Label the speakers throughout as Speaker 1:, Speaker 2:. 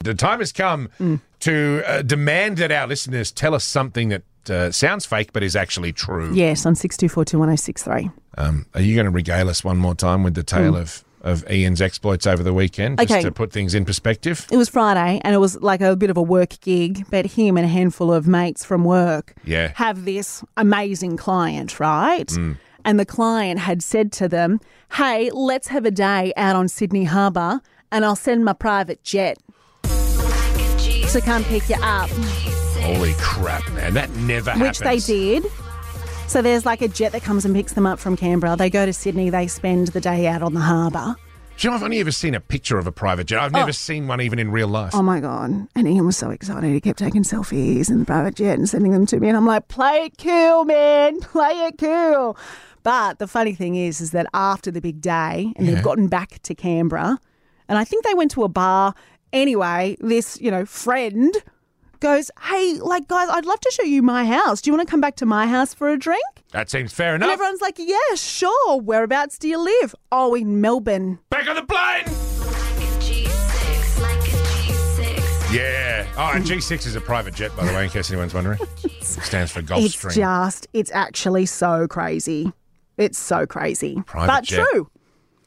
Speaker 1: the time has come
Speaker 2: Mm.
Speaker 1: to uh, demand that our listeners tell us something that uh, sounds fake but is actually true.
Speaker 2: Yes, on 624210663.
Speaker 1: Um, are you going to regale us one more time with the tale of, of Ian's exploits over the weekend, just
Speaker 2: Mm. Okay.
Speaker 1: to put things in perspective?
Speaker 2: It was Friday and it was like a bit of a work gig, but him and a handful of mates from work
Speaker 1: Yeah. Mm.
Speaker 2: have this amazing client, right? And the client had said to them, Hey, let's have a day out on Sydney Harbour and I'll send my private jet to come pick you up,
Speaker 1: Holy crap, man! That never
Speaker 2: which
Speaker 1: happens.
Speaker 2: they did. So there's like a jet that comes and picks them up from Canberra. They go to Sydney, they spend the day out on the harbour.
Speaker 1: Do you know, I've only ever seen a picture of a private jet. I've never seen one even in real life.
Speaker 2: Oh my god! And Ian was so excited. He kept taking selfies in the private jet and sending them to me. And I'm like, "Play it cool, man. Play it cool." But the funny thing is, is that after the big day, and they've gotten back to Canberra, and I think they went to a bar. Anyway, this you know friend goes, "Hey, like guys, I'd love to show you my house. Do you want to come back to my house for a drink?"
Speaker 1: That seems fair
Speaker 2: And
Speaker 1: enough.
Speaker 2: everyone's like, "Yeah, sure. Whereabouts do you live?" Oh, in Melbourne.
Speaker 1: Back on the plane. Yeah. Oh, and G6 is a private jet, by the way, in case anyone's wondering. It stands for
Speaker 2: It's
Speaker 1: Gulfstream.
Speaker 2: just, it's actually so crazy. It's so crazy.
Speaker 1: Private
Speaker 2: but
Speaker 1: jet.
Speaker 2: true.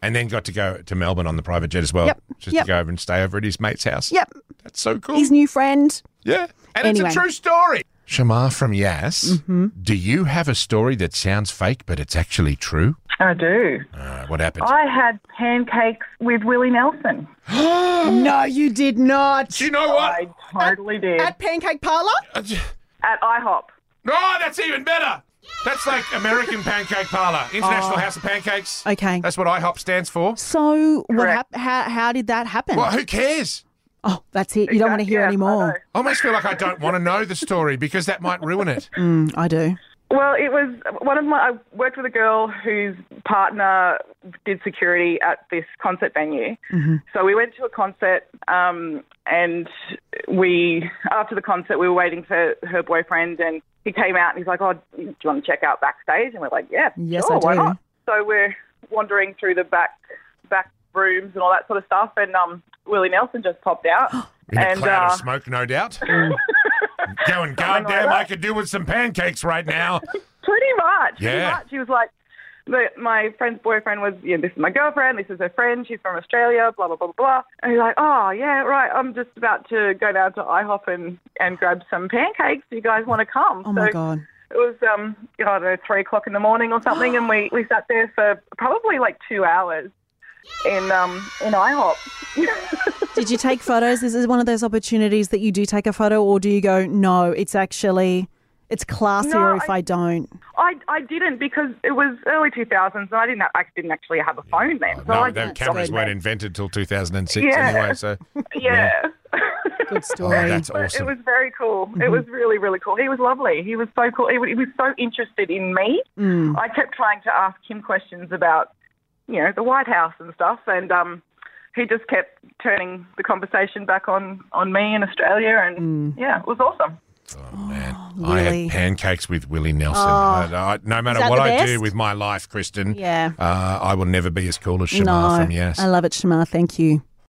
Speaker 1: and then got to go to Melbourne on the private jet as well,
Speaker 2: Yep,
Speaker 1: just
Speaker 2: yep.
Speaker 1: to go over and stay over at his mate's house.
Speaker 2: Yep.
Speaker 1: That's so cool.
Speaker 2: His new friend.
Speaker 1: yeah. And
Speaker 2: Anyway. Mm-hmm.
Speaker 1: it's a true story. Shamar from Yas, do you have a story that sounds fake but it's actually true?
Speaker 3: I do.
Speaker 1: Uh, what happened?
Speaker 3: I had pancakes with Willie Nelson.
Speaker 2: No, you did not.
Speaker 1: do you know what?
Speaker 3: I totally did.
Speaker 2: At Pancake Parlor?
Speaker 1: Uh, j-
Speaker 3: At IHOP.
Speaker 1: Oh, that's even better. That's like American Pancake Parlor, International House of Pancakes.
Speaker 2: Oh. Okay.
Speaker 1: That's what IHOP stands for.
Speaker 2: So, what
Speaker 3: Correct.
Speaker 2: hap- how, how did that happen?
Speaker 1: Well, who cares?
Speaker 2: Oh, that's it. You don't want to hear
Speaker 3: Yeah,
Speaker 2: any
Speaker 3: I know.
Speaker 2: more.
Speaker 1: I almost feel like I don't want to know the story because that might ruin it.
Speaker 2: Mm, I do.
Speaker 3: Well, it was one of my. I worked with a girl whose partner did security at this concert venue.
Speaker 1: Mm-hmm.
Speaker 3: So we went to a concert, um, and we after the concert we were waiting for her boyfriend, and he came out and he's like, "Oh, do you want to check out backstage?" And we're like, "Yeah,
Speaker 2: Yes,
Speaker 3: sure,
Speaker 2: I
Speaker 3: why
Speaker 2: do."
Speaker 3: not?" So we're wandering through the back back rooms and all that sort of stuff, and um, Willie Nelson just popped out,
Speaker 1: In a
Speaker 3: and
Speaker 1: cloud
Speaker 3: uh,
Speaker 1: of smoke, no doubt. Going,
Speaker 3: Something like
Speaker 1: goddamn,
Speaker 3: that.
Speaker 1: I could do with some pancakes right now.
Speaker 3: Pretty much.
Speaker 1: Yeah.
Speaker 3: Pretty much. He was like, the, my friend's boyfriend was, you know, this is my girlfriend, this is her friend, she's from Australia, blah, blah, blah, blah, blah. And he's like, oh, yeah, right, I'm just about to go down to IHOP and, and grab some pancakes. Do you guys want to come?
Speaker 2: Oh, my
Speaker 3: So
Speaker 2: God.
Speaker 3: It was, um, I don't know, three o'clock in the morning or something, and we, we sat there for probably like two hours in, um, in IHOP.
Speaker 2: Did you take photos? This is one of those opportunities that you do take a photo, or do you go, no, it's actually, it's classier
Speaker 3: No,
Speaker 2: if I,
Speaker 3: I-
Speaker 2: don't?
Speaker 3: I, I didn't because it was early 2000s, and I didn't, I didn't actually have a phone then. so I
Speaker 1: No,
Speaker 3: didn't
Speaker 1: the cameras
Speaker 3: document.
Speaker 1: weren't invented till 2006
Speaker 3: Yeah.
Speaker 1: anyway, so.
Speaker 3: Yeah.
Speaker 2: Good
Speaker 1: Oh,
Speaker 2: story.
Speaker 1: that's
Speaker 3: But
Speaker 1: awesome.
Speaker 3: It was very cool. It was really, really cool. He was lovely. He was so cool. He, was- he was so interested in me. I kept trying to ask him questions about, you know, the White House and stuff, and um, he just kept turning the conversation back on on me in Australia, and yeah, it was awesome.
Speaker 1: oh, man. I
Speaker 2: Willie.
Speaker 1: had pancakes with Willie Nelson.
Speaker 3: Oh.
Speaker 1: I- I- no matter
Speaker 2: that
Speaker 1: what
Speaker 2: the
Speaker 1: I
Speaker 2: best?
Speaker 1: do with my life, Kristen,
Speaker 2: Yeah.
Speaker 1: uh, I will never be as cool as Shamar
Speaker 2: no.
Speaker 1: from Yes.
Speaker 2: I love it, Shamar. Thank you.